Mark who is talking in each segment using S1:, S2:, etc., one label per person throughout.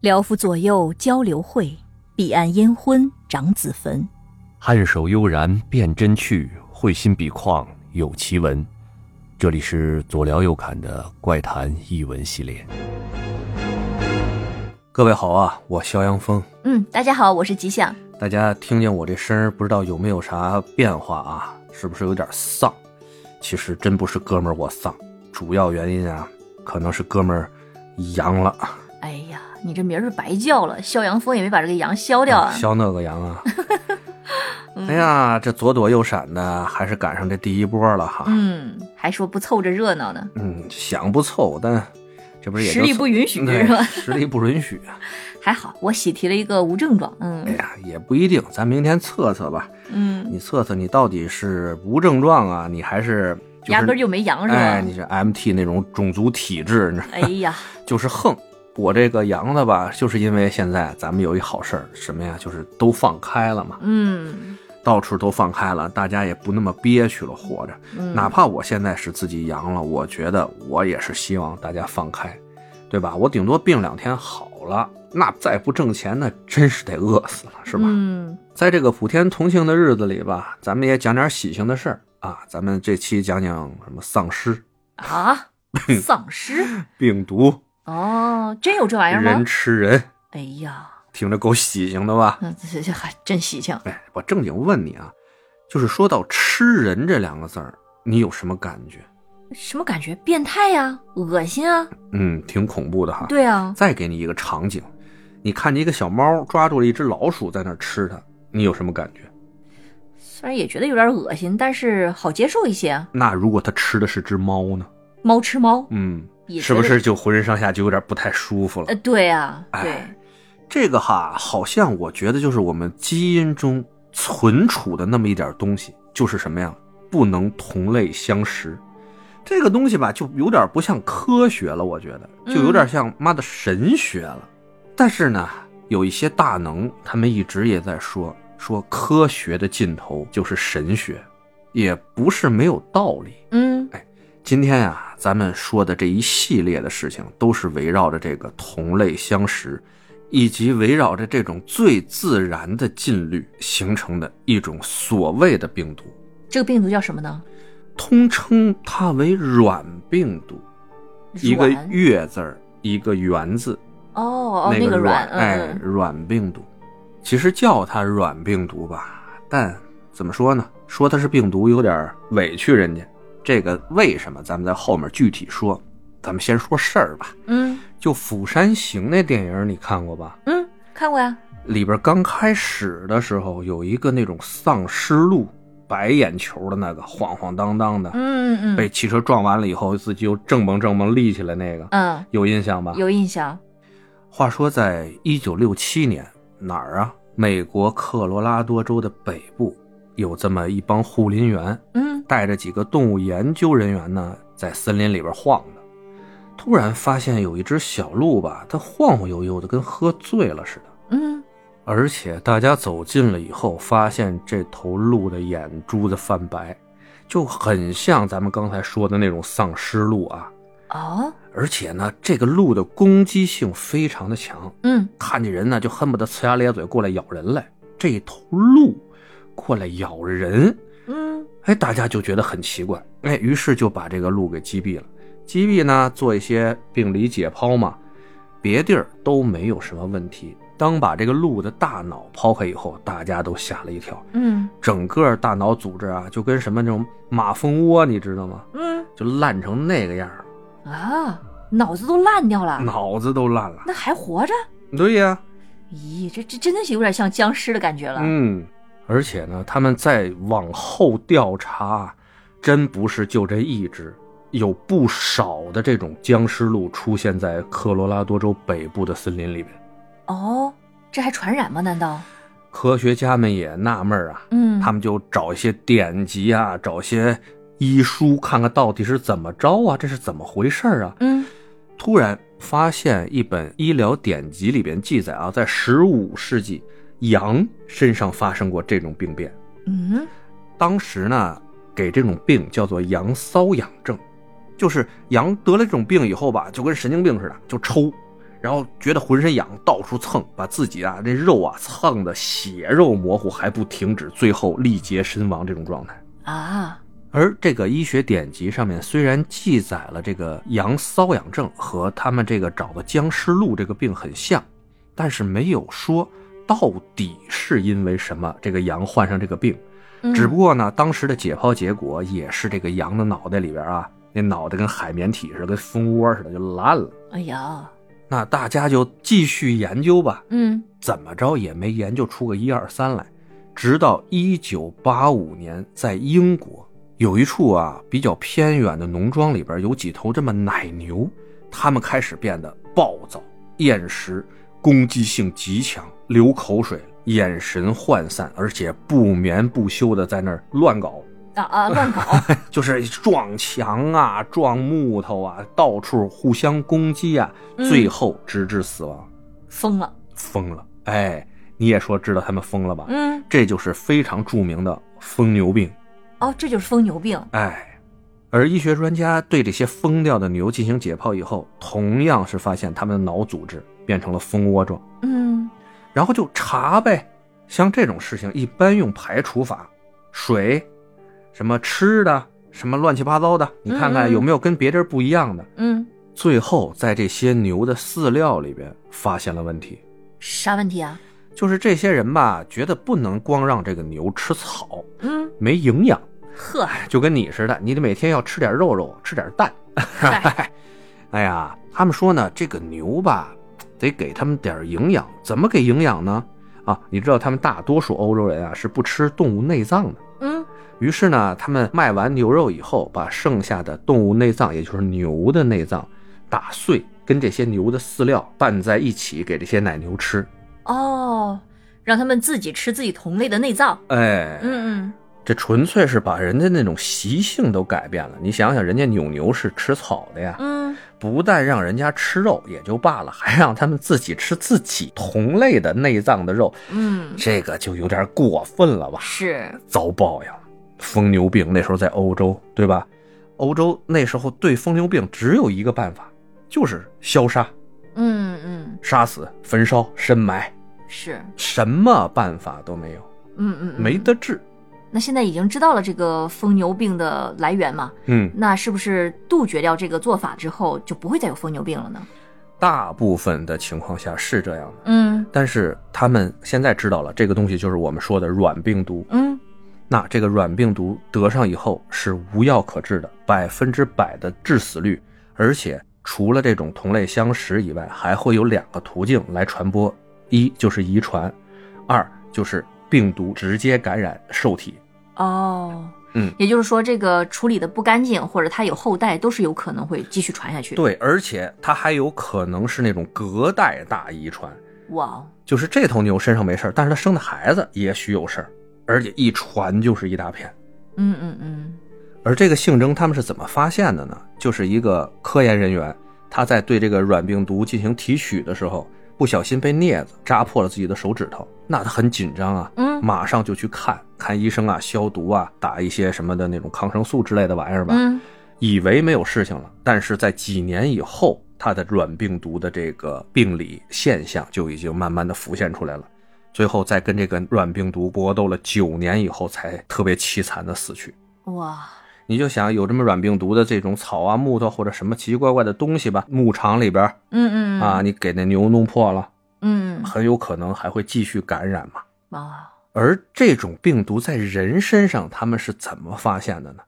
S1: 辽府左右交流会，彼岸烟婚长子坟。
S2: 颔首悠然辨真趣，会心笔况有奇文。这里是左聊右侃的怪谈译文系列。
S3: 各位好啊，我肖阳峰。
S1: 嗯，大家好，我是吉祥。
S3: 大家听见我这声儿，不知道有没有啥变化啊？是不是有点丧？其实真不是哥们儿我丧，主要原因啊，可能是哥们儿阳了，
S1: 哎呀，你这名儿是白叫了，肖阳峰也没把这个羊消掉 啊。
S3: 消那个 阳啊。哎呀，这左躲右闪的，还是赶上这第一波了哈。
S1: 嗯，还说不凑着热闹呢，
S3: 嗯，想不凑，但这不是也
S1: 实
S3: 就
S1: 力
S3: 凑
S1: 不允许
S3: 对
S1: 是吧？
S3: 实力不允 许。
S1: 还好我喜提了一个无症状。
S3: 哎
S1: 嗯
S3: 呀，也不一定，咱明天测测吧。
S1: 嗯，
S3: 你测测你到底是无症状啊，你还是、就是、
S1: 压根儿就没羊是吧？
S3: 哎，你是 MT 那种种族体制，你知道
S1: 哎呀，
S3: 就是横。我这个阳的吧，就是因为现在咱们有一好事儿，什么呀？就是都放开了嘛，
S1: 嗯
S3: 到处都放开了，大家也不那么憋屈了，活着。
S1: 嗯，
S3: 哪怕我现在是自己阳了，我觉得我也是希望大家放开，对吧？我顶多病两天好了，那再不挣钱，那真是得饿死了，是吧？
S1: 嗯
S3: 在这个普天同庆的日子里吧，咱们也讲点喜庆的事儿啊。咱们这期讲讲什么丧尸、
S1: 啊，丧尸
S3: 病毒、
S1: 哦，真有这玩意儿
S3: 人
S1: 吗？
S3: 吃人，
S1: 哎呀，
S3: 听着够喜庆的吧？
S1: 嗯，这这还真喜庆。
S3: 哎，我正经问你啊，就是说到吃人这两个字儿，你有什么感觉？
S1: 什么感觉？变态呀、恶心啊！
S3: 嗯，挺恐怖的哈。
S1: 对啊，
S3: 再给你一个场景，你看见一个小猫抓住了一只老鼠在那儿吃它，你有什么感觉？
S1: 虽然也觉得有点恶心，但是好接受一些啊。
S3: 那如果它吃的是只猫呢？
S1: 猫吃猫，
S3: 嗯，
S1: 也
S3: 是不
S1: 觉
S3: 是
S1: 得？
S3: 就浑身上下就有点不太舒服了
S1: 呃，？对啊，对
S3: 哎，这个哈，好像我觉得就是我们基因中存储的那么一点东西，就是什么呀？不能同类相食。这个东西吧，就有点不像科学了，我觉得
S1: 嗯
S3: 就有点像妈的神学了。但是呢，有一些大能，他们一直也在说，说科学的尽头就是神学，也不是没有道理。
S1: 嗯
S3: 今天啊，咱们说的这一系列的事情，都是围绕着这个同类相食，以及围绕着这种最自然的禁律形成的一种所谓的病毒，
S1: 这个病毒叫什么呢？
S3: 通称它为软病毒，一个
S1: 软
S3: 月字儿，一个圆字，
S1: 哦哦，那
S3: 个
S1: 软，
S3: 哎，
S1: 嗯
S3: 软病毒。其实叫它软病毒吧，但怎么说呢？说它是病毒有点委屈人家。这个为什么？咱们在后面具体说。咱们先说事儿吧。
S1: 嗯
S3: 就《釜山行》那电影，你看过吧？
S1: 嗯嗯，看过呀，
S3: 里边刚开始的时候，有一个那种丧尸路，白眼球的那个，晃晃荡荡的，
S1: 嗯嗯
S3: 被
S1: 嗯
S3: 汽车撞完了以后，自己又正蹦正蹦立起来那个，
S1: 嗯，
S3: 有印象吧？
S1: 有印象，
S3: 话说，在一九六七年，哪儿啊？美国科罗拉多州的北部有这么一帮护林员，
S1: 嗯
S3: 带着几个动物研究人员呢，在森林里边晃的。突然发现有一只小鹿吧，它晃晃悠悠的，跟喝醉了似的。
S1: 嗯，
S3: 而且大家走近了以后，发现这头鹿的眼珠子泛白，就很像咱们刚才说的那种丧尸鹿啊。
S1: 哦，
S3: 而且呢，这个鹿的攻击性非常的强，
S1: 嗯
S3: 看见人呢，就恨不得呲牙咧嘴过来咬人来。这头鹿过来咬人，
S1: 嗯
S3: 哎，大家就觉得很奇怪，哎，于是就把这个鹿给击毙了。击毙呢，做一些病理解剖嘛，别地儿都没有什么问题。当把这个鹿的大脑剖开以后，大家都吓了一跳，
S1: 嗯
S3: 整个大脑组织啊，就跟什么那种马蜂窝，你知道吗？
S1: 嗯
S3: 就烂成那个样儿，
S1: 啊，脑子都烂掉了，
S3: 脑子都烂了。
S1: 那还活着？
S3: 对呀、
S1: 咦，这这真的是有点像僵尸的感觉了。
S3: 嗯，而且呢，他们再往后调查，真不是就这一只，有不少的这种僵尸鹿出现在科罗拉多州北部的森林里面。
S1: 哦，这还传染吗？难道？
S3: 科学家们也纳闷儿啊，
S1: 嗯，
S3: 他们就找一些典籍啊，找一些医书，看看到底是怎么着啊，这是怎么回事儿啊？
S1: 嗯
S3: 突然发现一本医疗典籍里边记载啊，在十五世纪，羊身上发生过这种病变。
S1: 嗯
S3: 当时呢，给这种病叫做羊瘙痒症，就是羊得了这种病以后吧，就跟神经病似的，就抽，然后觉得浑身痒，到处蹭，把自己啊这肉啊蹭的血肉模糊还不停止，最后力竭身亡这种状态。
S4: 啊，
S3: 而这个医学典籍上面虽然记载了这个羊瘙痒症和他们这个找的僵尸鹿这个病很像，但是没有说到底是因为什么这个羊患上这个病。
S4: 嗯
S3: 只不过呢，当时的解剖结果也是这个羊的脑袋里边啊，那脑袋跟海绵体似的，跟蜂窝似的就烂了。
S4: 哎呀，
S3: 那大家就继续研究吧，
S4: 嗯
S3: 怎么着也没研究出个一二三来。直到一九八五年，在英国有一处啊比较偏远的农庄里边，有几头这么奶牛，它们开始变得暴躁、厌食、攻击性极强，流口水，眼神涣散，而且不眠不休的在那儿乱搞。
S4: 啊啊，乱 搞
S3: 就是撞墙啊、撞木头啊，到处互相攻击啊，
S4: 嗯
S3: 最后直至死亡，
S4: 疯了，
S3: 疯了！哎，你也说知道他们疯了吧？
S4: 嗯
S3: 这就是非常著名的疯牛病。
S4: 哦，这就是疯牛病，
S3: 哎，而医学专家对这些疯掉的牛进行解剖以后，同样是发现它们的脑组织变成了蜂窝状，
S4: 嗯
S3: 然后就查呗。像这种事情一般用排除法，水，什么吃的，什么乱七八糟的，你
S4: 嗯
S3: 看看
S4: 嗯
S3: 有没有跟别地儿不一样的。
S4: 嗯，
S3: 最后，在这些牛的饲料里边发现了问题，
S4: 啥问题啊？
S3: 就是这些人吧，觉得不能光让这个牛吃草，
S4: 嗯，
S3: 没营养，
S4: 呵，
S3: 就跟你似的，你得每天要吃点肉肉，吃点蛋。
S4: 嗨，
S3: 哎呀，他们说呢，这个牛吧，得给他们点营养，怎么给营养呢？啊，你知道他们大多数欧洲人啊是不吃动物内脏的，
S4: 嗯
S3: 于是呢，他们卖完牛肉以后，把剩下的动物内脏，也就是牛的内脏，打碎，跟这些牛的饲料拌在一起，给这些奶牛吃。
S4: 哦，让他们自己吃自己同类的内脏，
S3: 哎，
S4: 嗯
S3: 这纯粹是把人家那种习性都改变了。你想想，人家扭牛是吃草的呀，
S4: 嗯
S3: 不但让人家吃肉也就罢了，还让他们自己吃自己同类的内脏的肉，
S4: 嗯嗯，
S3: 这个就有点过分了吧？
S4: 是，
S3: 遭报应，疯牛病那时候在欧洲，对吧？欧洲那时候对疯牛病只有一个办法，就是消杀、
S4: 嗯嗯
S3: 杀死、焚烧、深埋，
S4: 是，
S3: 什么办法都没有，
S4: 嗯嗯嗯
S3: 没得治。
S4: 那现在已经知道了这个疯牛病的来源嘛？
S3: 嗯，
S4: 那是不是杜绝掉这个做法之后，就不会再有疯牛病了呢？
S3: 大部分的情况下是这样的，
S4: 嗯
S3: 但是他们现在知道了这个东西就是我们说的软病毒。
S4: 嗯，
S3: 那这个软病毒得上以后是无药可治的，百分之百的致死率，而且除了这种同类相食以外，还会有两个途径来传播：一就是遗传，二就是病毒直接感染受体。
S4: 哦，
S3: 嗯，
S4: 也就是说，这个处理的不干净，或者它有后代，都是有可能会继续传下去。，
S3: 对，而且它还有可能是那种隔代大遗传，
S4: 哇哦，
S3: 就是这头牛身上没事儿，但是它生的孩子也许有事儿，而且一传就是一大片。
S4: 嗯嗯嗯，
S3: 而这个性征他们是怎么发现的呢？就是一个科研人员他在对这个软病毒进行提取的时候，不小心被镊子扎破了自己的手指头，那他很紧张啊，
S4: 嗯
S3: 马上就去看看医生啊，消毒啊，打一些什么的那种抗生素之类的玩意儿吧，
S4: 嗯，
S3: 以为没有事情了，但是在几年以后，他的软病毒的这个病理现象就已经慢慢的浮现出来了。最后，在跟这个软病毒搏斗了九年以后，才特别凄惨的死去。
S4: 嗯哇，
S3: 你就想有这么软病毒的这种草啊、木头或者什么奇奇怪怪的东西吧，牧场里边儿
S4: 嗯嗯
S3: 啊，，你给那牛弄破了，
S4: 嗯
S3: 很有可能还会继续感染嘛。
S4: 啊，
S3: 而这种病毒在人身上，他们是怎么发现的呢？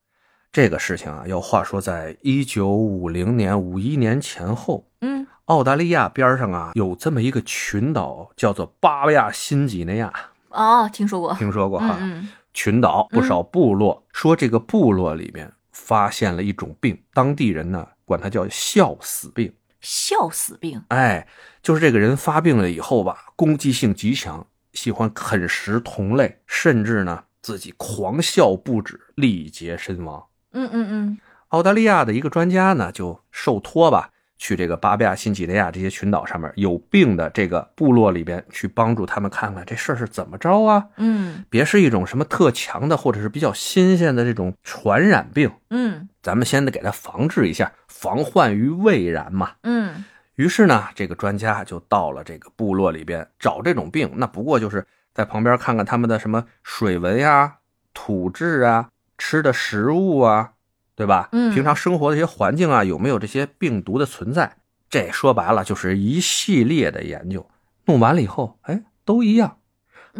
S3: 这个事情啊，要话说在一九五零年、五一年前后，
S4: 嗯
S3: 澳大利亚边上啊有这么一个群岛，叫做巴布亚新几内亚，
S4: 哦，听说过，
S3: 听说过哈？
S4: 嗯
S3: 群岛不少部落，说这个部落里面发现了一种病，当地人呢管它叫笑死病。
S4: 嗯，笑死病，
S3: 哎，就是这个人发病了以后吧，攻击性极强，喜欢啃食同类，甚至呢自己狂笑不止，力竭身亡。
S4: 嗯嗯嗯，
S3: 澳大利亚的一个专家呢，就受托吧，去这个巴布亚新几内亚这些群岛上面有病的这个部落里边去帮助他们看看这事儿是怎么着啊。
S4: 嗯
S3: 别是一种什么特强的或者是比较新鲜的这种传染病，
S4: 嗯
S3: 咱们先得给它防治一下，防患于未然嘛。
S4: 嗯
S3: 于是呢，这个专家就到了这个部落里边找这种病，那不过就是在旁边看看他们的什么水文呀、土质啊、吃的食物啊，对吧？
S1: 嗯
S3: 平常生活的一些环境啊，有没有这些病毒的存在？这说白了就是一系列的研究，弄完了以后，哎，都一样。
S4: 嗯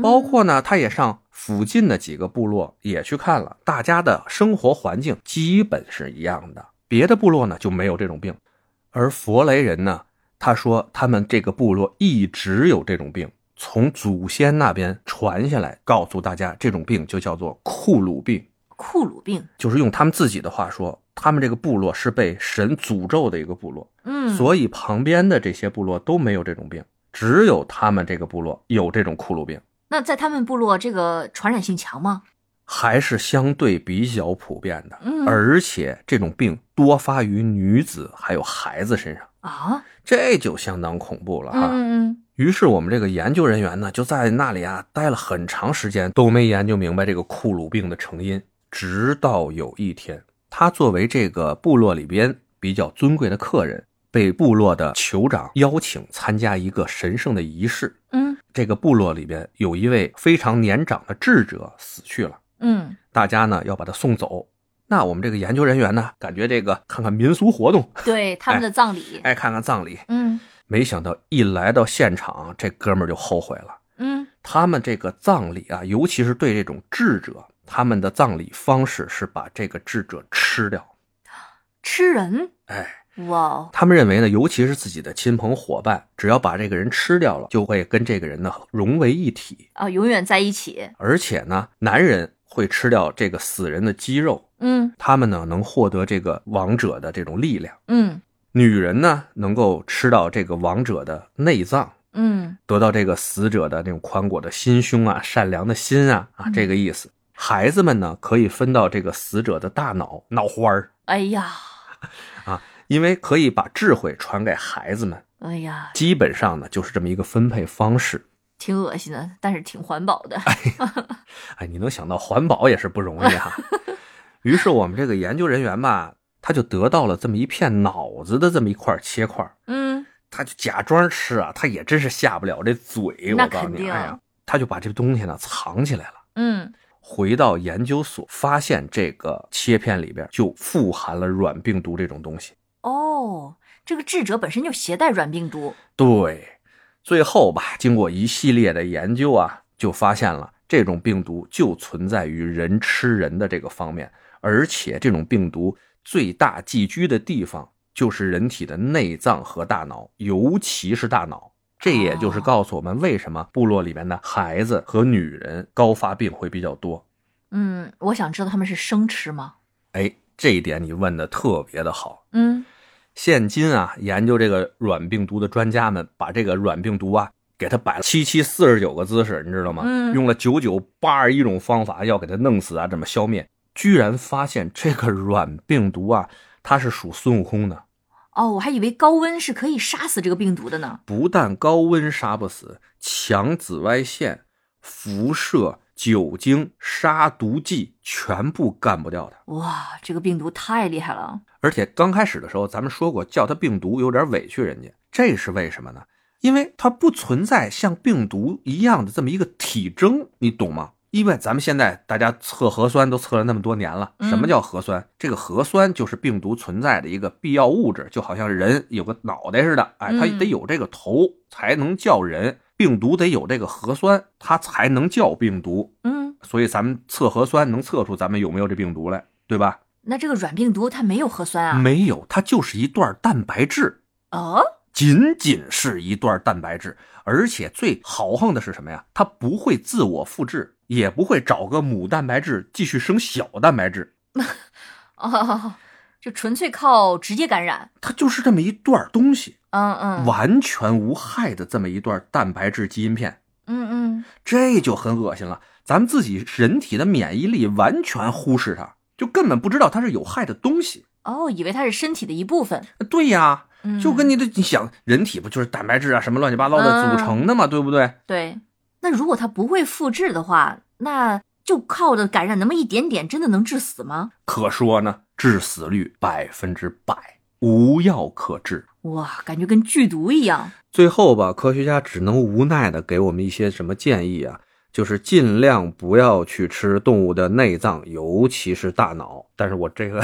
S3: 包括呢，他也上附近的几个部落也去看了，大家的生活环境基本是一样的。别的部落呢就没有这种病，而佛雷人呢，他说他们这个部落一直有这种病，从祖先那边传下来，告诉大家这种病就叫做库鲁病，
S1: 库鲁病，
S3: 就是用他们自己的话说，他们这个部落是被神诅咒的一个部落。
S1: 嗯，
S3: 所以旁边的这些部落都没有这种病，只有他们这个部落有这种库鲁病，
S1: 那在他们部落这个传染性强吗？
S3: 还是相对比较普遍的。
S1: 嗯
S3: 而且这种病多发于女子还有孩子身上，
S1: 啊，
S3: 这就相当恐怖了
S1: 嗯
S3: 哈。
S1: 嗯
S3: 于是我们这个研究人员呢，就在那里啊待了很长时间，都没研究明白这个库鲁病的成因。直到有一天，他作为这个部落里边比较尊贵的客人，被部落的酋长邀请参加一个神圣的仪式。
S1: 嗯
S3: 这个部落里边有一位非常年长的智者死去了，
S1: 嗯
S3: 大家呢要把他送走。那我们这个研究人员呢，感觉这个看看民俗活动，
S1: 嗯，对他们的葬礼，
S3: 哎，看看葬礼。
S1: 嗯
S3: 没想到一来到现场，这哥们儿就后悔了。
S1: 嗯
S3: 他们这个葬礼啊，尤其是对这种智者，他们的葬礼方式是把这个智者吃掉。
S1: 吃人，
S3: 哎，
S1: 哇哦，
S3: 他们认为呢，尤其是自己的亲朋伙伴，只要把这个人吃掉了，就会跟这个人呢融为一体。
S1: 啊，永远在一起，
S3: 而且呢，男人会吃掉这个死人的肌肉，
S1: 嗯
S3: 他们呢能获得这个王者的这种力量；
S1: 嗯
S3: 女人呢能够吃到这个王者的内脏，
S1: 嗯
S3: 得到这个死者的那种宽广的心胸啊、善良的心啊啊，
S1: 嗯
S3: 这个意思。孩子们呢，可以分到这个死者的大脑脑花儿，
S1: 哎呀，
S3: 因为可以把智慧传给孩子们。
S1: 哎呀，
S3: 基本上呢，就是这么一个分配方式。
S1: 挺恶心的，但是挺环保的，
S3: 哎，你能想到环保也是不容易哈、于是我们这个研究人员吧，他就得到了这么一片脑子的这么一块切块儿，
S1: 嗯
S3: 他就假装吃啊，他也真是下不了这嘴。
S1: 那
S3: 我告诉
S1: 肯
S3: 你，
S1: 定
S3: 哎呀，他就把这东西呢藏起来了。
S1: 嗯，
S3: 回到研究所，发现这个切片里边就富含了软病毒这种东西。
S1: 哦，这个智者本身就携带软病毒，
S3: 对，最后吧，经过一系列的研究啊，就发现了这种病毒就存在于人吃人的这个方面，而且这种病毒最大寄居的地方就是人体的内脏和大脑，尤其是大脑。这也就是
S1: 哦
S3: 告诉我们为什么部落里面的孩子和女人高发病会比较多。
S1: 嗯，我想知道他们是生吃吗？
S3: 哎，这一点你问的特别的好。
S1: 嗯
S3: 现今啊，研究这个软病毒的专家们，把这个软病毒啊，给它摆了七七四十九个姿势，你知道吗？
S1: 嗯
S3: 用了九九八十一种方法要给它弄死啊，这么消灭，居然发现这个软病毒啊，它是属孙悟空的，
S1: 哦，我还以为高温是可以杀死这个病毒的呢。
S3: 不但高温杀不死，强紫外线、辐射、酒精、杀毒剂全部干不掉它。
S1: 哇，这个病毒太厉害了。
S3: 而且刚开始的时候，咱们说过叫它病毒有点委屈人家，这是为什么呢？因为它不存在像病毒一样的这么一个体征，你懂吗？因为咱们现在大家测核酸都测了那么多年了，
S1: 嗯
S3: 什么叫核酸？这个核酸就是病毒存在的一个必要物质，就好像人有个脑袋似的，哎，它
S1: 嗯
S3: 得有这个头才能叫人，病毒得有这个核酸，它才能叫病毒。
S1: 嗯，
S3: 所以咱们测核酸能测出咱们有没有这病毒来，对吧？
S1: 那这个软病毒它没有核酸啊？
S3: 没有，它就是一段蛋白质，
S1: 哦，
S3: 仅仅是一段蛋白质。而且最豪横的是什么呀？它不会自我复制，也不会找个母蛋白质继续生小蛋白质，
S1: 哦，就纯粹靠直接感染。
S3: 它就是这么一段东西，
S1: 嗯嗯，
S3: 完全无害的这么一段蛋白质基因片，
S1: 嗯嗯，
S3: 这就很恶心了。咱们自己人体的免疫力完全忽视它，就根本不知道它是有害的东西。
S1: 哦，以为它是身体的一部分。
S3: 对呀，
S1: 嗯，
S3: 就跟你的你想，人体不就是蛋白质啊什么乱七八糟的
S1: 嗯
S3: 组成的嘛，对不对？
S1: 对。那如果它不会复制的话，那就靠着感染那么一点点，真的能致死吗？
S3: 可说呢，致死率百分之百。无药可治。
S1: 哇，感觉跟剧毒一样。
S3: 最后吧，科学家只能无奈的给我们一些什么建议啊，就是尽量不要去吃动物的内脏，尤其是大脑。但是我这个，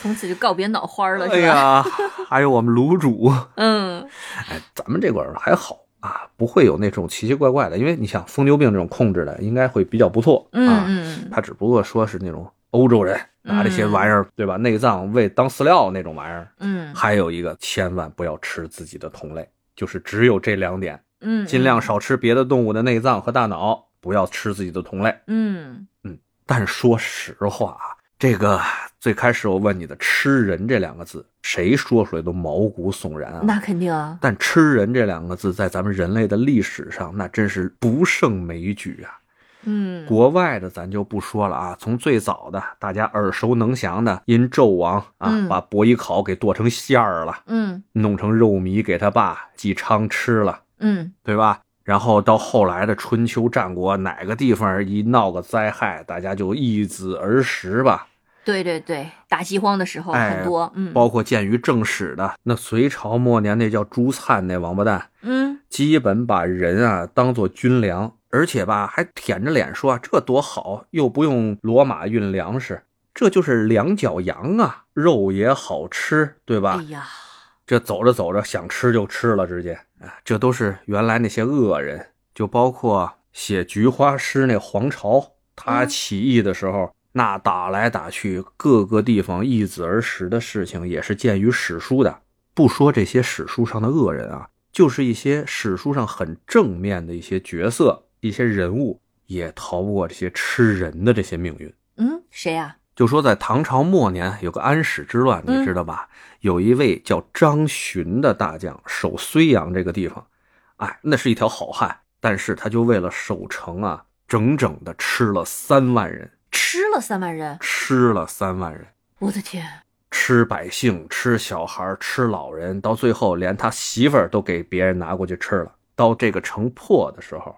S1: 从此就告别脑花 了，
S3: 哎
S1: 是吧？
S3: 呀，还有我们卤煮，
S1: 嗯，
S3: 哎，咱们这块儿还好啊，不会有那种奇奇怪怪的，因为你想疯牛病这种控制的，应该会比较不错
S1: 嗯
S3: 啊。
S1: 嗯
S3: 他只不过说是那种欧洲人拿这些玩意儿，对吧？内脏喂当饲料那种玩意儿。
S1: 嗯
S3: 还有一个，千万不要吃自己的同类，就是只有这两点，
S1: 嗯，
S3: 尽量少吃别的动物的内脏和大脑，不要吃自己的同类。
S1: 嗯。
S3: 但说实话啊，这个最开始我问你的“吃人”这两个字，谁说出来都毛骨悚然啊。
S1: 嗯，那肯定啊。
S3: 但“吃人”这两个字在咱们人类的历史上，那真是不胜枚举啊。
S1: 嗯，
S3: 国外的咱就不说了啊，从最早的大家耳熟能详的殷纣王啊，
S1: 嗯
S3: 把伯邑考给剁成馅儿了，
S1: 嗯
S3: 弄成肉糜给他爸姬昌吃了，
S1: 嗯
S3: 对吧？然后到后来的春秋战国，哪个地方一闹个灾害，大家就易子而食吧。
S1: 对对对，大饥荒的时候
S3: 哎
S1: 很多，嗯
S3: 包括见于正史的那隋朝末年那叫朱灿那王八蛋，
S1: 嗯
S3: 基本把人啊当做军粮，而且吧还舔着脸说啊这多好，又不用骡马运粮食，这就是两脚羊啊，肉也好吃，对吧？
S1: 哎呀，
S3: 这走着走着想吃就吃了，直接啊，这都是原来那些恶人，就包括写菊花诗那黄巢，他
S1: 嗯
S3: 起义的时候。那打来打去，各个地方易子而食的事情也是见于史书的。不说这些史书上的恶人啊，就是一些史书上很正面的一些角色、一些人物，也逃不过这些吃人的这些命运。
S1: 嗯，谁呀？
S3: 就说在唐朝末年有个安史之乱，
S1: 嗯
S3: 你知道吧？有一位叫张巡的大将守睢阳这个地方，哎，那是一条好汉，但是他就为了守城啊，整整的吃了三万人，
S1: 吃了三万人，
S3: 吃了三万人，
S1: 我的天！
S3: 吃百姓，吃小孩，吃老人，到最后连他媳妇儿都给别人拿过去吃了。到这个城破的时候，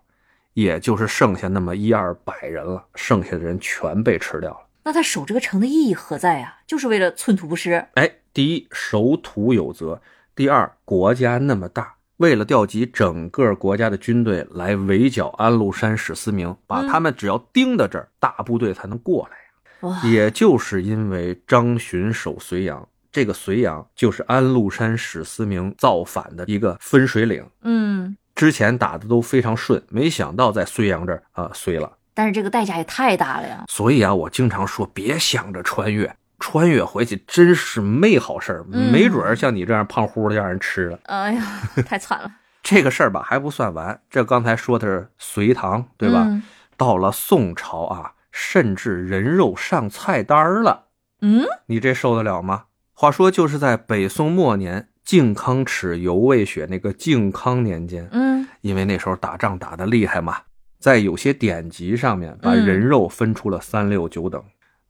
S3: 也就是剩下那么一二百人了，剩下的人全被吃掉了。
S1: 那他守这个城的意义何在呀？就是为了寸土不食。
S3: 哎，第一，守土有责；第二，国家那么大，为了调集整个国家的军队来围剿安禄山、史思明，把
S1: 嗯
S3: 他们只要盯到这儿，大部队才能过来。
S1: 哇，
S3: 也就是因为张巡守睢阳，这个睢阳就是安禄山、史思明造反的一个分水岭。
S1: 嗯，
S3: 之前打的都非常顺，没想到在睢阳这儿啊碎了。
S1: 但是这个代价也太大了呀。
S3: 所以啊，我经常说，别想着穿越，穿越回去真是没好事儿，
S1: 嗯
S3: 没准儿像你这样胖乎的让人吃了。
S1: 哎 呀，太惨了，
S3: 这个事儿吧还不算完，这刚才说的是隋唐，对吧？
S1: 嗯
S3: 到了宋朝啊，甚至人肉上菜单儿了，
S1: 嗯，
S3: 你这受得了吗？话说就是在北宋末年，靖康耻犹未雪那个靖康年间，
S1: 嗯，
S3: 因为那时候打仗打得厉害嘛，在有些典籍上面把
S1: 嗯
S3: 人肉分出了三六九等，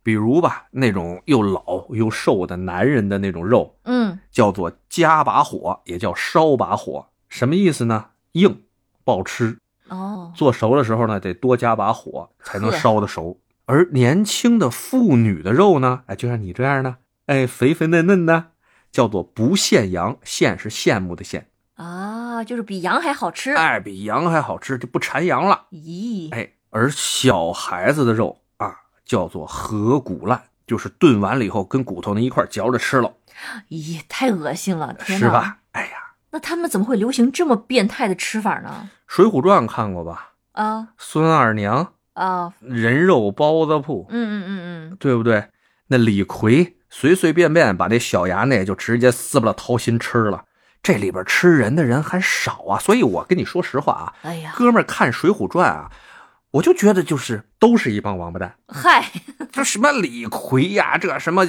S3: 比如吧，那种又老又瘦的男人的那种肉，
S1: 嗯，
S3: 叫做夹把火，也叫烧把火，什么意思呢？硬，不好吃，
S1: 哦，
S3: 做熟的时候呢，得多加把火才能
S1: 呵
S3: 烧得熟。而年轻的妇女的肉呢，哎，就像你这样呢，哎，肥肥嫩嫩的，叫做不羡羊，羡是羡慕的羡，
S1: 啊，就是比羊还好吃。
S3: 哎，比羊还好吃，就不馋羊了。
S1: 咦，
S3: 哎，而小孩子的肉啊，叫做合骨烂，就是炖完了以后跟骨头呢一块儿嚼着吃了，
S1: 咦，太恶心了，天
S3: 是
S1: 哪！
S3: 吧？哎呀，
S1: 那他们怎么会流行这么变态的吃法呢？
S3: 《水浒传》看过吧？
S1: 啊
S3: 孙二娘
S1: 啊，
S3: 人肉包子铺，
S1: 嗯嗯嗯
S3: 对不对？那李逵随随便便把那小衙内就直接撕巴了掏心吃了，这里边吃人的人还少啊。所以我跟你说实话啊
S1: 嗯，，哎呀，
S3: 哥们儿看《水浒传》啊，我就觉得就是都是一帮王八蛋。
S1: 嗨，
S3: 这什么李逵呀、这什么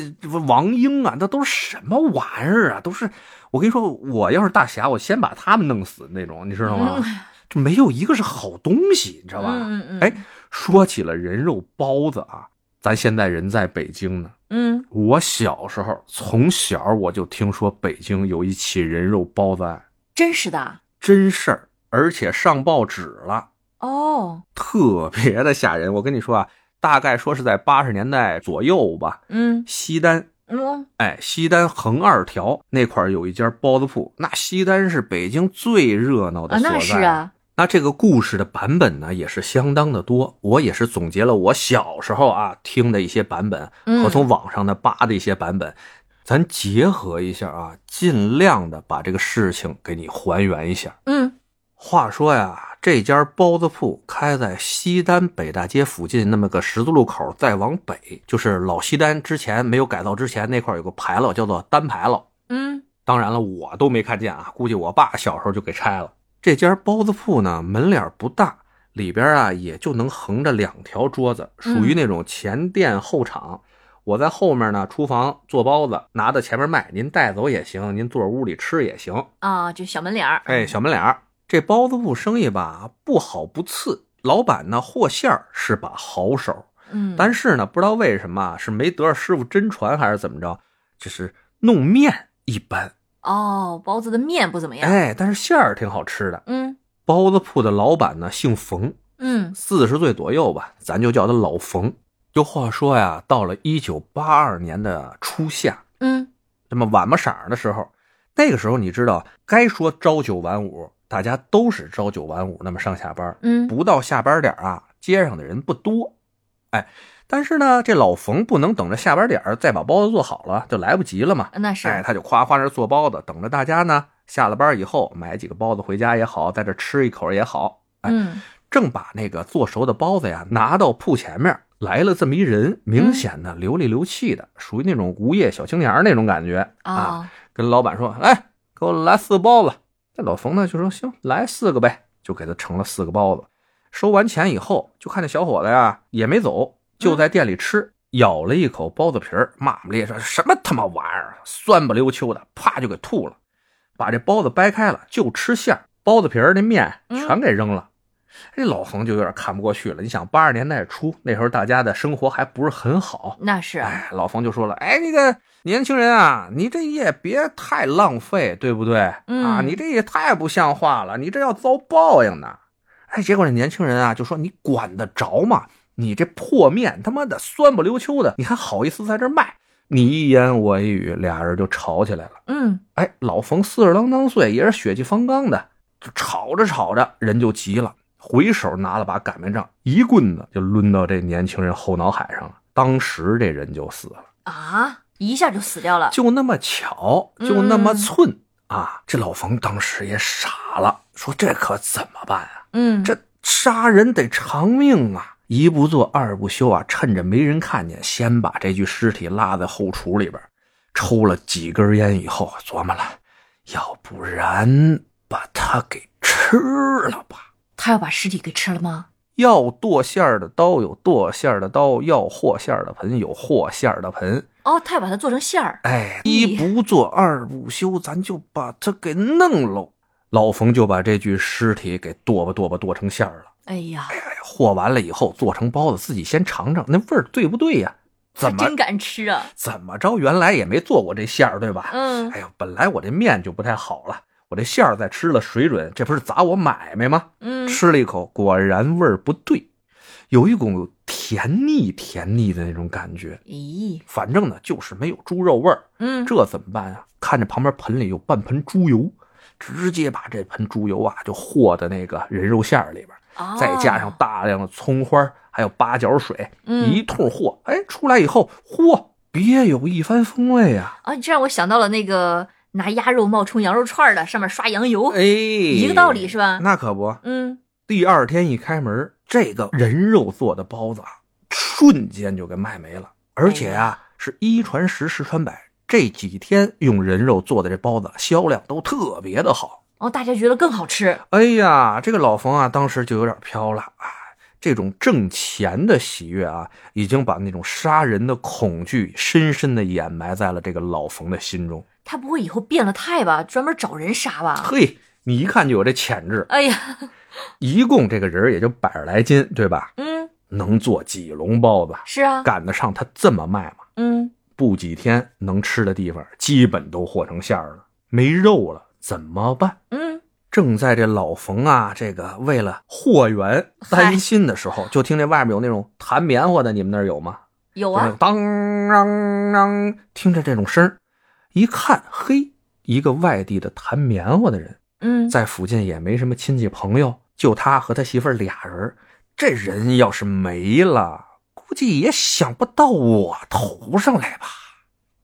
S3: 王英啊，那都是什么玩意儿啊？都是我跟你说，我要是大侠，我先把他们弄死那种，你知道吗？这没有一个是好东西，你知道吧？
S1: 嗯嗯嗯
S3: 哎，说起了人肉包子啊，咱现在人在北京呢。
S1: 嗯，
S3: 我小时候从小我就听说北京有一起人肉包子案，
S1: 真实的啊
S3: 真事儿，而且上报纸了。
S1: 哦，
S3: 特别的吓人，我跟你说啊，大概说是在八十年代左右吧，
S1: 嗯
S3: 西单
S1: 嗯，
S3: 哎，西单横二条那块儿有一家包子铺，那西单是北京最热闹的
S1: 啊，
S3: 所在。
S1: 那是啊，
S3: 那这个故事的版本呢，也是相当的多。我也是总结了我小时候啊听的一些版本
S1: 嗯
S3: 和从网上的扒的一些版本，咱结合一下啊，尽量的把这个事情给你还原一下。
S1: 嗯
S3: 话说呀，这家包子铺开在西单北大街附近那么个十字路口，再往北就是老西单之前没有改造之前那块儿有个牌楼叫做单牌楼。
S1: 嗯
S3: 当然了，我都没看见啊，估计我爸小时候就给拆了。这家包子铺呢，门脸不大，里边啊也就能横着两条桌子，属于那种前店后厂。我在后面呢，厨房做包子，拿到前面卖，您带走也行，您坐屋里吃也行。
S1: 啊，就小门脸儿，
S3: 哎，小门脸儿，这包子铺生意吧，不好不次。老板呢，和馅儿是把好手，
S1: 嗯，
S3: 但是呢，不知道为什么啊是没得着师傅真传还是怎么着，就是弄面一般。
S1: 哦，包子的面不怎么样，
S3: 哎，但是馅儿挺好吃的。
S1: 嗯
S3: 包子铺的老板呢，姓冯，
S1: 嗯
S3: 四十岁左右吧，咱就叫他老冯。就话说呀，到了一九八二年的初夏，
S1: 嗯
S3: 这么晚吧晌儿的时候，那个时候你知道，该说朝九晚五，大家都是朝九晚五，那么上下班儿，
S1: 嗯，
S3: 不到下班点儿啊，街上的人不多。哎，但是呢，这老冯不能等着下班点儿再把包子做好了，就来不及了嘛。
S1: 呃那是，
S3: 哎，他就夸夸这做包子，等着大家呢下了班以后买几个包子回家也好，在这吃一口也好。哎，
S1: 嗯
S3: 正把那个做熟的包子呀拿到铺前面，来了这么一人，明显呢流里流气的，属于那种无业小青年儿那种感觉啊。
S1: 啊，
S3: 跟老板说：“哎，给我来四包子。”这老冯呢就说：“行，来四个呗。”就给他盛了四个包子。收完钱以后，就看那小伙子呀也没走，就在店里吃，咬了一口包子皮儿，骂骂咧咧说：“什么他妈玩意儿啊，酸不溜秋的！”啪就给吐了，把这包子掰开了，就吃馅儿，包子皮儿那面全给扔了。这老冯就有点看不过去了。你想，八十年代初那时候，大家的生活还不是很好，
S1: 那是，
S3: 哎，老冯就说了，哎，那个年轻人啊，你这也别太浪费，对不对？
S1: 嗯
S3: 啊，你这也太不像话了，你这要遭报应的。哎，结果这年轻人啊就说，你管得着吗？你这破面他妈的酸不溜秋的，你还好意思在这儿卖？你一言我一语，俩人就吵起来了。
S1: 嗯
S3: 哎，老冯四十啷当岁，也是血气方刚的，就吵着吵着人就急了，回手拿了把擀面杖，一棍子就抡到这年轻人后脑海上了。当时这人就死了，
S1: 啊，一下就死掉了，
S3: 就那么巧，
S1: 嗯
S3: 就那么寸、啊！这老冯当时也傻了，说这可怎么办啊？
S1: 嗯，
S3: 这杀人得偿命啊！一不做二不休啊，趁着没人看见，先把这具尸体拉在后厨里边，抽了几根烟以后，啊琢磨了，要不然把它给吃了吧。
S1: 他要把尸体给吃了吗？
S3: 要剁馅儿的刀有剁馅儿的刀，要和馅儿的盆有和馅儿的盆。
S1: 哦，他要把它做成馅儿，
S3: 哎，
S1: 咦
S3: 一不做二不休，咱就把它给弄喽。老冯就把这具尸体给剁吧剁吧剁成馅儿了。
S1: 哎呀，
S3: 哎，和完了以后做成包子，自己先尝尝那味儿对不对呀？
S1: 他
S3: 怎么
S1: 真敢吃啊，
S3: 怎么着？原来也没做过这馅儿，对吧？
S1: 嗯
S3: 哎呦，本来我这面就不太好了，我这馅儿再吃了水准，这不是砸我买卖吗？
S1: 嗯，
S3: 吃了一口，果然味儿不对，有一股甜腻甜腻的那种感觉。
S1: 咦，
S3: 反正呢，就是没有猪肉味儿。
S1: 嗯，
S3: 这怎么办啊？看着旁边盆里有半盆猪油，直接把这盆猪油啊就和到那个人肉馅儿里边，
S1: 啊
S3: 再加上大量的葱花儿，还有八角水，
S1: 嗯
S3: 一通和。哎，出来以后，嚯，别有一番风味啊！
S1: 啊，这让我想到了那个拿鸭肉冒充羊肉串儿的，上面刷羊油，
S3: 哎，一
S1: 哦一个道理是吧
S3: 那可不，
S1: 嗯，
S3: 第二天一开门，这个人肉做的包子啊，瞬间就给卖没了。而且啊，
S1: 哦
S3: 是一传十，十传百，这几天用人肉做的这包子销量都特别的好。
S1: 哦，大家觉得更好吃，
S3: 哎呀，这个老冯啊，当时就有点飘了啊。这种挣钱的喜悦啊，已经把那种杀人的恐惧深深的掩埋在了这个老冯的心中。
S1: 他不会以后变了态吧？专门找人杀吧？
S3: 嘿，你一看就有这潜质。
S1: 哎呀，
S3: 一共这个人儿也就百十来斤，对吧？
S1: 嗯，
S3: 能做几笼包子？
S1: 是啊，
S3: 赶得上他这么卖吗？
S1: 嗯，
S3: 不几天能吃的地方基本都和成馅儿了，没肉了怎么办？
S1: 嗯，
S3: 正在这老冯啊，这个为了货源担心的时候，就听见外面有那种弹棉花的，你们那儿有吗？
S1: 有
S3: 就是
S1: 啊，
S3: 当当当，听着这种声儿，一看，嘿，一个外地的弹棉花的人，
S1: 嗯，
S3: 在附近也没什么亲戚朋友，就他和他媳妇儿俩人儿。这人要是没了，估计也想不到我头上来吧。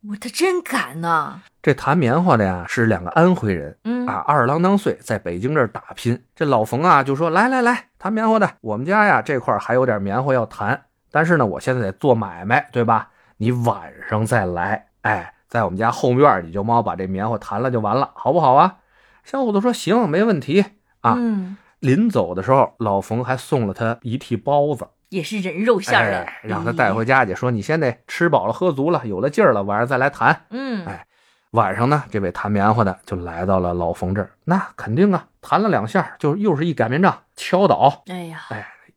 S1: 我他真敢呐，
S3: 这弹棉花的呀，是两个安徽人，
S1: 嗯
S3: 啊，二郎当岁在北京这儿打拼。这老冯啊就说：“来来来，弹棉花的，我们家呀这块儿还有点棉花要弹，但是呢，我现在得做买卖，对吧？你晚上再来，哎，在我们家后院儿你就帮我把这棉花弹了就完了，好不好啊？”小伙子说：“行，没问题啊。
S1: 嗯，
S3: 临走的时候，老冯还送了他一屉包子，
S1: 也是人肉馅儿的嗯
S3: 哎，，让他带回家去，说你先得吃饱了喝足了，有了劲儿了，晚上再来弹。
S1: 嗯，
S3: 哎晚上呢，这位弹棉花的就来到了老冯这儿，那肯定啊，弹了两下，就又是一擀面杖，敲倒，
S1: 哎呀，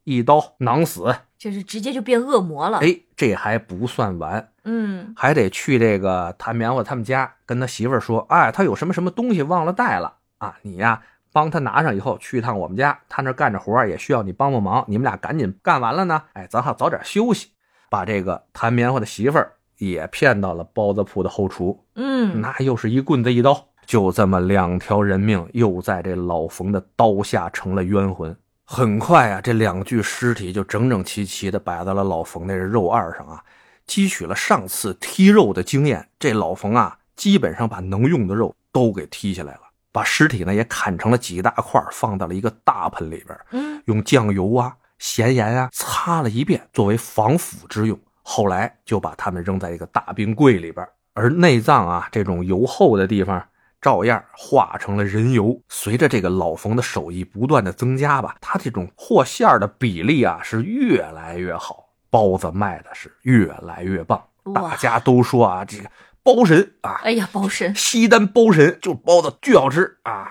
S3: 一刀囊死。
S1: 这是直接就变恶魔了，
S3: 哎，这还不算完，
S1: 嗯，
S3: 还得去这个弹棉花他们家，跟他媳妇儿说，哎，他有什么什么东西忘了带了啊，你呀帮他拿上以后，去一趟我们家，他那儿干着活儿也需要你帮帮忙，你们俩赶紧干完了呢，哎，咱好早点休息。把这个弹棉花的媳妇儿也骗到了包子铺的后厨，
S1: 嗯，
S3: 那又是一棍子一刀，就这么两条人命又在这老冯的刀下成了冤魂。很快啊，这两具尸体就整整齐齐的摆到了老冯那肉案上啊。汲取了上次剔肉的经验，这老冯啊，基本上把能用的肉都给剔下来了，把尸体呢也砍成了几大块儿，放到了一个大盆里边儿。
S1: 嗯，
S3: 用酱油啊、咸盐啊擦了一遍，作为防腐之用。后来就把它们扔在一个大冰柜里边儿，而内脏啊这种油厚的地方，照样化成了人油。随着这个老冯的手艺不断的增加吧，他这种和馅儿的比例啊是越来越好，包子卖的是越来越棒。
S1: 哇
S3: 大家都说啊，这个包神啊，
S1: 哎呀，包神，
S3: 西单包神，就是包子巨好吃啊。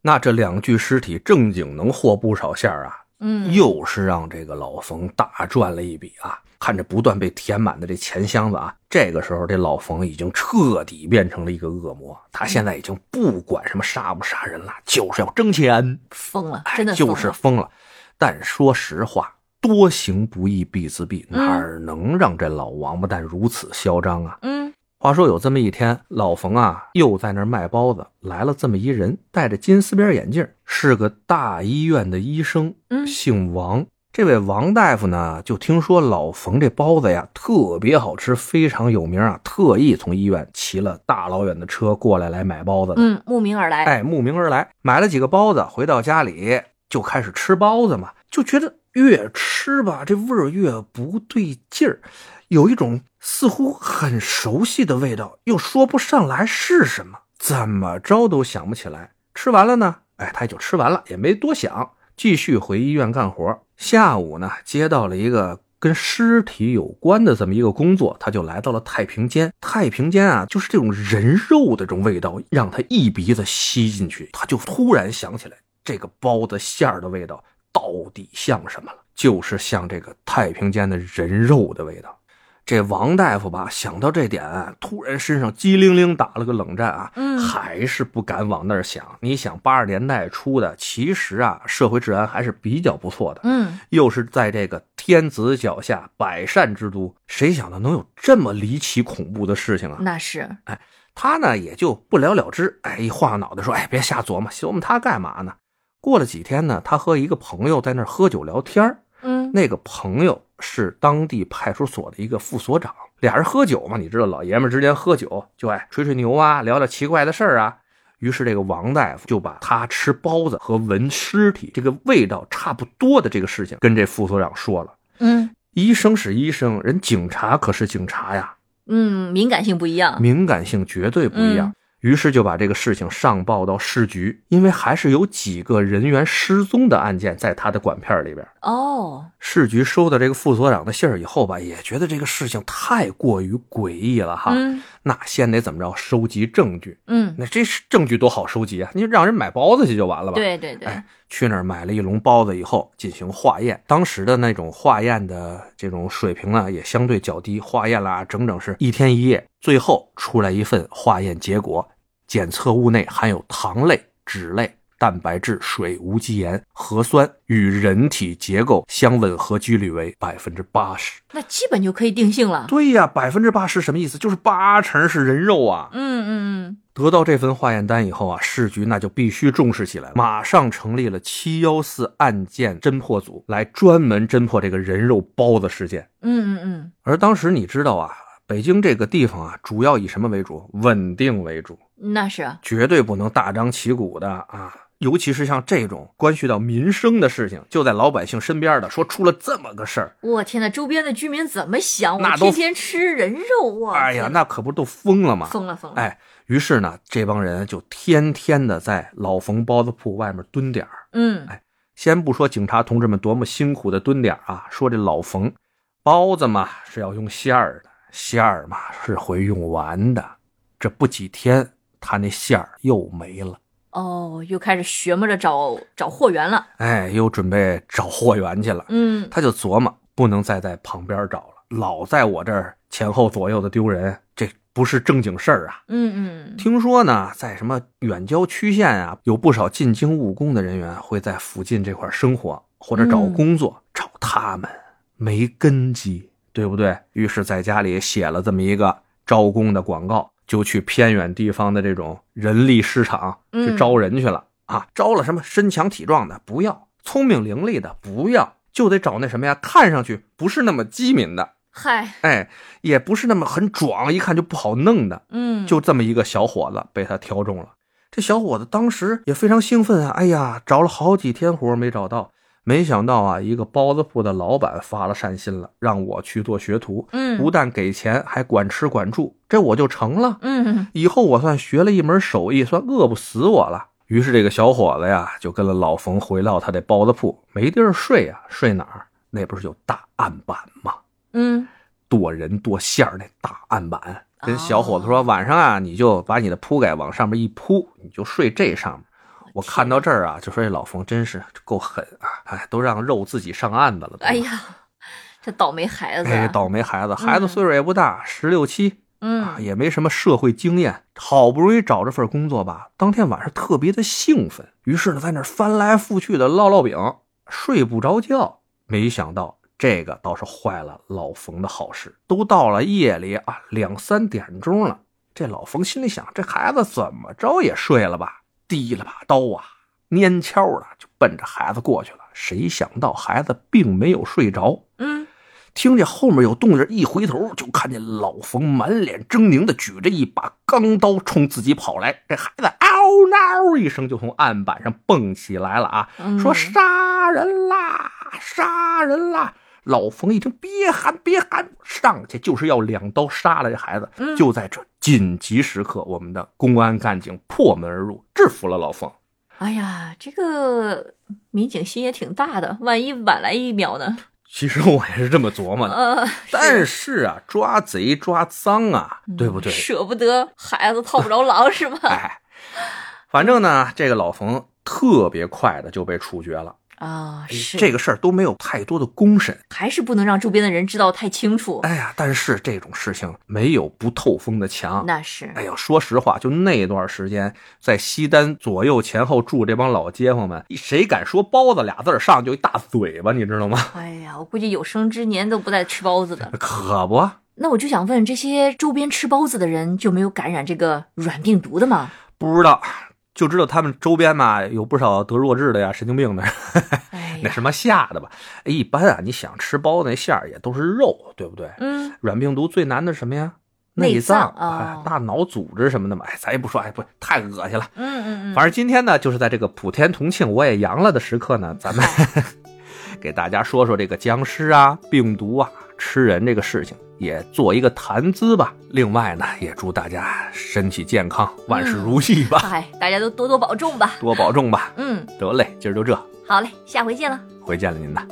S3: 那这两具尸体正经能和不少馅儿啊，
S1: 嗯，
S3: 又是让这个老冯大赚了一笔啊！看着不断被填满的这钱箱子啊，这个时候这老冯已经彻底变成了一个恶魔，他现在已经不管什么杀不杀人了，就是要挣钱，
S1: 疯了，
S3: 哎
S1: 真的疯
S3: 就
S1: 了
S3: 是疯了。但说实话，多行不义必自毙，
S1: 嗯
S3: 哪儿能让这老王八蛋如此嚣张啊？
S1: 嗯，
S3: 话说有这么一天，老冯啊又在那儿卖包子，来了这么一人，戴着金丝边眼镜，是个大医院的医生，
S1: 嗯
S3: 姓王。这位王大夫呢，就听说老冯这包子呀特别好吃，非常有名啊，特意从医院骑了大老远的车过来来买包子的。
S1: 嗯，慕名而来，
S3: 哎，慕名而来，买了几个包子，回到家里就开始吃包子嘛，就觉得越吃吧，这味儿越不对劲儿，有一种似乎很熟悉的味道，又说不上来是什么，怎么着都想不起来。吃完了呢，哎，他也就吃完了，也没多想，继续回医院干活。下午呢，接到了一个跟尸体有关的这么一个工作，他就来到了太平间。太平间啊，就是这种人肉的这种味道，让他一鼻子吸进去，他就突然想起来，这个包子馅儿的味道到底像什么了？就是像这个太平间的人肉的味道。这王大夫吧，想到这点啊，突然身上激灵灵打了个冷战啊，
S1: 嗯
S3: 还是不敢往那儿想。你想，八十年代初的，其实啊，社会治安还是比较不错的。
S1: 嗯，
S3: 又是在这个天子脚下，百善之都，谁想到能有这么离奇恐怖的事情啊？
S1: 那是，
S3: 他呢也就不了了之。哎，一晃脑袋说：“哎，别瞎琢磨，琢磨他干嘛呢？”过了几天呢，他和一个朋友在那儿喝酒聊天儿
S1: 嗯，
S3: 那个朋友是当地派出所的一个副所长，俩人喝酒嘛，你知道老爷们儿之间喝酒就爱吹吹牛啊，聊聊奇怪的事儿啊。于是这个王大夫就把他吃包子和闻尸体这个味道差不多的这个事情跟这副所长说了。
S1: 嗯
S3: 医生是医生，人警察可是警察呀，
S1: 嗯，敏感性不一样，
S3: 敏感性绝对不一样。
S1: 嗯
S3: 于是就把这个事情上报到市局，因为还是有几个人员失踪的案件在他的管片里边。
S1: 哦，
S3: 市局收到这个副所长的信儿以后吧，也觉得这个事情太过于诡异了哈。
S1: 嗯
S3: 那先得怎么着收集证据？
S1: 嗯，
S3: 那这是证据多好收集啊！你让人买包子去就完了吧？，
S1: 对对对，
S3: 哎，去那儿买了一笼包子以后进行化验，当时的那种化验的这种水平呢也相对较低，化验了啊整整是一天一夜，最后出来一份化验结果，检测物内含有糖类、脂类、蛋白质、水、无机盐、核酸与人体结构相吻合几率为百分之八十。
S1: 那基本就可以定性了。
S3: 对呀，百分之八十什么意思？就是八成是人肉啊！
S1: 嗯嗯
S3: 得到这份化验单以后啊，市局那就必须重视起来，马上成立了七幺四案件侦破组，来专门侦破这个人肉包子事件。
S1: 嗯嗯嗯嗯，
S3: 而当时你知道啊，北京这个地方啊，主要以什么为主？稳定为主，
S1: 嗯那是
S3: 绝对不能大张旗鼓的啊。尤其是像这种关系到民生的事情，就在老百姓身边的，说出了这么个事儿，
S1: 我天呐，周边的居民怎么想？
S3: 那
S1: 我
S3: 都
S1: 天天吃人肉，我
S3: 哎呀，
S1: 哦天
S3: 那可不都疯了吗？
S1: 疯了疯了！，
S3: 哎，于是呢，这帮人就天天的在老冯包子铺外面蹲点儿。
S1: 嗯
S3: 哎先不说警察同志们多么辛苦的蹲点儿啊，说这老冯包子嘛是要用馅儿的，馅儿嘛是会用完的。这不几天，他那馅儿又没了，
S1: 哦，又开始学摸着找找货源了。
S3: 哎，又准备找货源去了。
S1: 嗯，
S3: 他就琢磨，不能再在旁边找了，老在我这儿前后左右的丢人，这不是正经事儿啊。
S1: 嗯嗯，
S3: 听说呢，在什么远郊区县啊，有不少进京务工的人员会在附近这块生活或者找工作，找他们没根基，对不对？于是，在家里写了这么一个招工的广告，就去偏远地方的这种人力市场
S1: 嗯
S3: 去招人去了、啊！招了什么身强体壮的不要，聪明伶俐的不要，就得找那什么呀，看上去不是那么机敏的，
S1: 嗨，
S3: 哎，也不是那么很壮，一看就不好弄的。
S1: 嗯，
S3: 就这么一个小伙子被他挑中了。这小伙子当时也非常兴奋啊！哎呀，找了好几天活没找到，没想到啊，一个包子铺的老板发了善心了，让我去做学徒，
S1: 嗯
S3: 不但给钱，还管吃管住，这我就成了。
S1: 嗯
S3: 以后我算学了一门手艺，算饿不死我了。于是这个小伙子呀，就跟了老冯回到他这包子铺，没地儿睡啊，睡哪儿？那不是有大案板吗？
S1: 嗯
S3: 剁人剁馅儿那大案板。
S1: 哦
S3: 跟小伙子说，晚上啊，你就把你的铺盖往上面一铺，你就睡这上面。我看到这儿啊，就说这老冯真是够狠啊！哎，都让肉自己上案子了。
S1: 哎，呀，这倒霉孩子，
S3: 哎，倒霉孩子，孩子
S1: 嗯
S3: 岁数也不大，十六七啊，
S1: 嗯
S3: 也没什么社会经验。好不容易找着份工作吧，当天晚上特别的兴奋，于是呢，在那儿翻来覆去的烙烙饼，睡不着觉。没想到这个倒是坏了老冯的好事，都到了夜里啊两三点钟了，这老冯心里想，这孩子怎么着也睡了吧，提了把刀啊，蔫悄的就奔着孩子过去了。谁想到孩子并没有睡着，
S1: 嗯，
S3: 听见后面有动静，一回头就看见老冯满脸狰狞的举着一把钢刀冲自己跑来。这孩子嗷嗷一声就从案板上蹦起来了啊，
S1: 嗯
S3: 说杀人啦，杀人啦！老冯一听，别喊，别喊，上去就是要两刀杀了这孩子。
S1: 嗯
S3: 就在这紧急时刻，我们的公安干警破门而入，制服了老冯。
S1: 哎呀，这个民警心也挺大的，万一晚来一秒呢？
S3: 其实我也是这么琢磨的，
S1: 呃，
S3: 但是啊，抓贼抓脏啊，
S1: 嗯
S3: 对不对？
S1: 舍不得孩子套不着狼是吧？
S3: 哎，反正呢，这个老冯特别快的就被处决了。
S1: 啊，是
S3: 哎这个事儿都没有太多的公审。
S1: 还是不能让周边的人知道太清楚，
S3: 哎呀，但是这种事情没有不透风的墙。
S1: 那是
S3: 哎呦，说实话，就那段时间，在西单左右前后住这帮老街坊们，谁敢说包子俩字儿，上就一大嘴巴，你知道 吗？
S1: 哎呀，我估计有生之年都不带吃包子的。
S3: 可不，
S1: 那我就想问，这些周边吃包子的人就没有感染这个软病毒的吗？
S3: 不知道，就知道他们周边嘛有不少得弱智的呀、神经病的，
S1: 哎
S3: 那
S1: 呀，
S3: 什么吓的吧？一般啊，你想吃包子那馅儿也都是肉，对不对？
S1: 嗯，
S3: 软病毒最难的是什么呀？
S1: 内
S3: 脏
S1: 脏
S3: 啊
S1: 哦，
S3: 大脑组织什么的嘛。哎，咱也不说，哎，不太恶心了。
S1: 嗯嗯 嗯，
S3: 反正今天呢，就是在这个普天同庆我也阳了的时刻呢， 咱们给大家说说这个僵尸啊、病毒啊、吃人这个事情，也做一个谈资吧。另外呢，也祝大家身体健康，万事如意吧，嗯
S1: 哎，大家都多多保重吧。
S3: 多保重吧。
S1: 嗯，
S3: 得嘞，今儿就这，
S1: 好嘞，下回见了。
S3: 回见了您呐。